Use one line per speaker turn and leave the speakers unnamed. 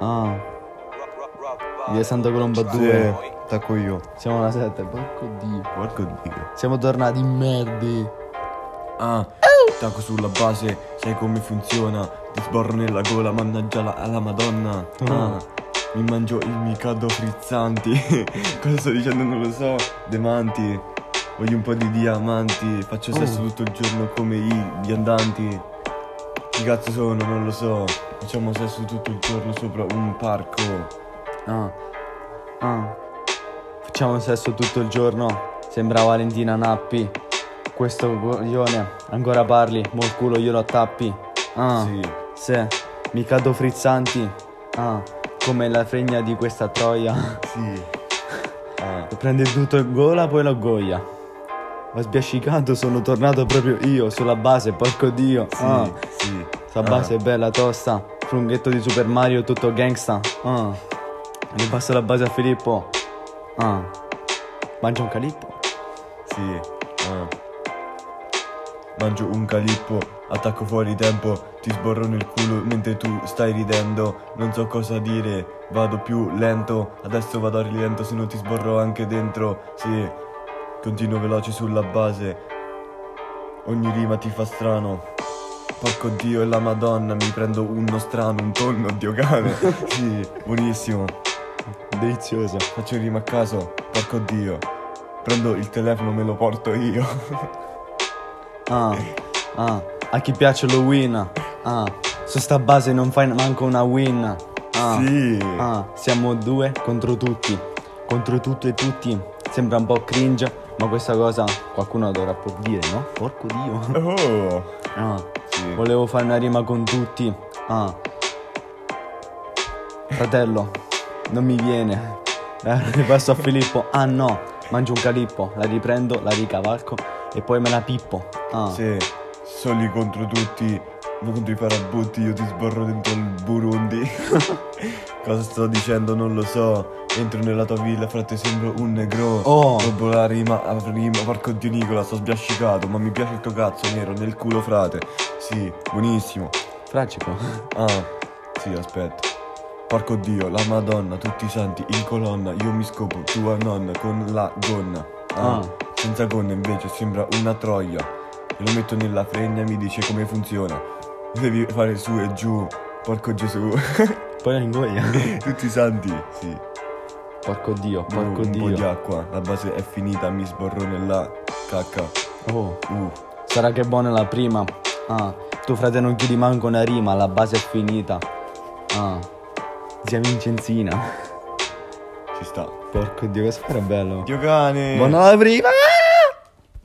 Ah, via Santa Colomba 2.
Due. Tacco io.
Siamo alla 7, porco dio.
Porco dio.
Siamo tornati in merdi.
Ah, tacco sulla base, sai come funziona. Ti sbarro nella gola, mannaggia la, alla madonna.
Oh.
Ah, mi mangio il micado frizzanti. Cosa sto dicendo non lo so. Demanti. Voglio un po' di diamanti. Faccio
Oh.
sesso tutto il giorno come i viandanti. Chi cazzo sono? Non lo so. Facciamo sesso tutto il giorno sopra un parco.
Ah. Ah. Facciamo sesso tutto il giorno. Sembra Valentina Nappi. Questo coglione ancora parli, mo il culo glielo attappi. Ah.
Sì.
Se mi cado frizzanti. Ah. Come la fregna di questa troia.
Sì. Ah.
Prende tutto in gola, poi lo goia. Ma sbiascicato sono tornato proprio io sulla base, porco dio.
Sì,
Ah.
sì.
Sta base è bella tosta. Frunghetto di Super Mario tutto gangsta. Ah. Mi passa la base a Filippo. Ah. Mangia un calippo.
Sì. ah. Mangio un calippo, attacco fuori tempo, ti sborro nel culo mentre tu stai ridendo. Non so cosa dire, vado più lento, adesso vado a rilento se non ti sborro anche dentro. Sì. Continuo veloce sulla base. Ogni rima ti fa strano. Porco dio e la madonna, mi prendo uno strano, un tonno, dio cane. sì, buonissimo.
Delizioso.
Faccio rima a caso, porco dio. Prendo il telefono, me lo porto io.
Ah. Ah. A chi piace lo win. Ah. Su sta base non fai manco una win. Ah.
Sì.
Ah, siamo due contro tutti, contro tutto e tutti. Sembra un po' cringe, ma questa cosa qualcuno dovrà pur dire, no? Porco dio.
Oh.
Ah,
Sì.
volevo fare una rima con tutti. Ah. Fratello, non mi viene. La passo a Filippo. Ah no, mangio un calippo, la riprendo, la ricavalco e poi me la pippo. Ah.
Se soli contro tutti, voi contro i farabutti, io ti sborro dentro il Burundi. Cosa sto dicendo non lo so. Entro nella tua villa, frate, sembro un negro.
Oh.
Dopo la rima, a rima, porco di Nicola, sto sbiascicato, ma mi piace il tuo cazzo nero nel culo, frate. Sì, buonissimo.
Fragico.
Ah, sì, aspetta. Porco Dio, la Madonna, tutti i santi in colonna, io mi scopo tua nonna con la gonna. Ah,
Ah.
senza gonna invece sembra una troia. Lo metto nella fregna e mi dice come funziona. Devi fare su e giù, porco Gesù.
Poi la ingoia.
tutti i santi, sì.
Porco dio,
Bevo
porco
Mm, un po' di
dio.
acqua, la base è finita, mi sborro nella cacca.
Oh.
Uh,
Sarà che buona la prima. Ah, tuo frate non chiudi manco una rima, la base è finita. Ah, zia Vincenzina.
ci sta.
Porco dio, questo era bello.
Dio cane!
Buona la prima! Ah!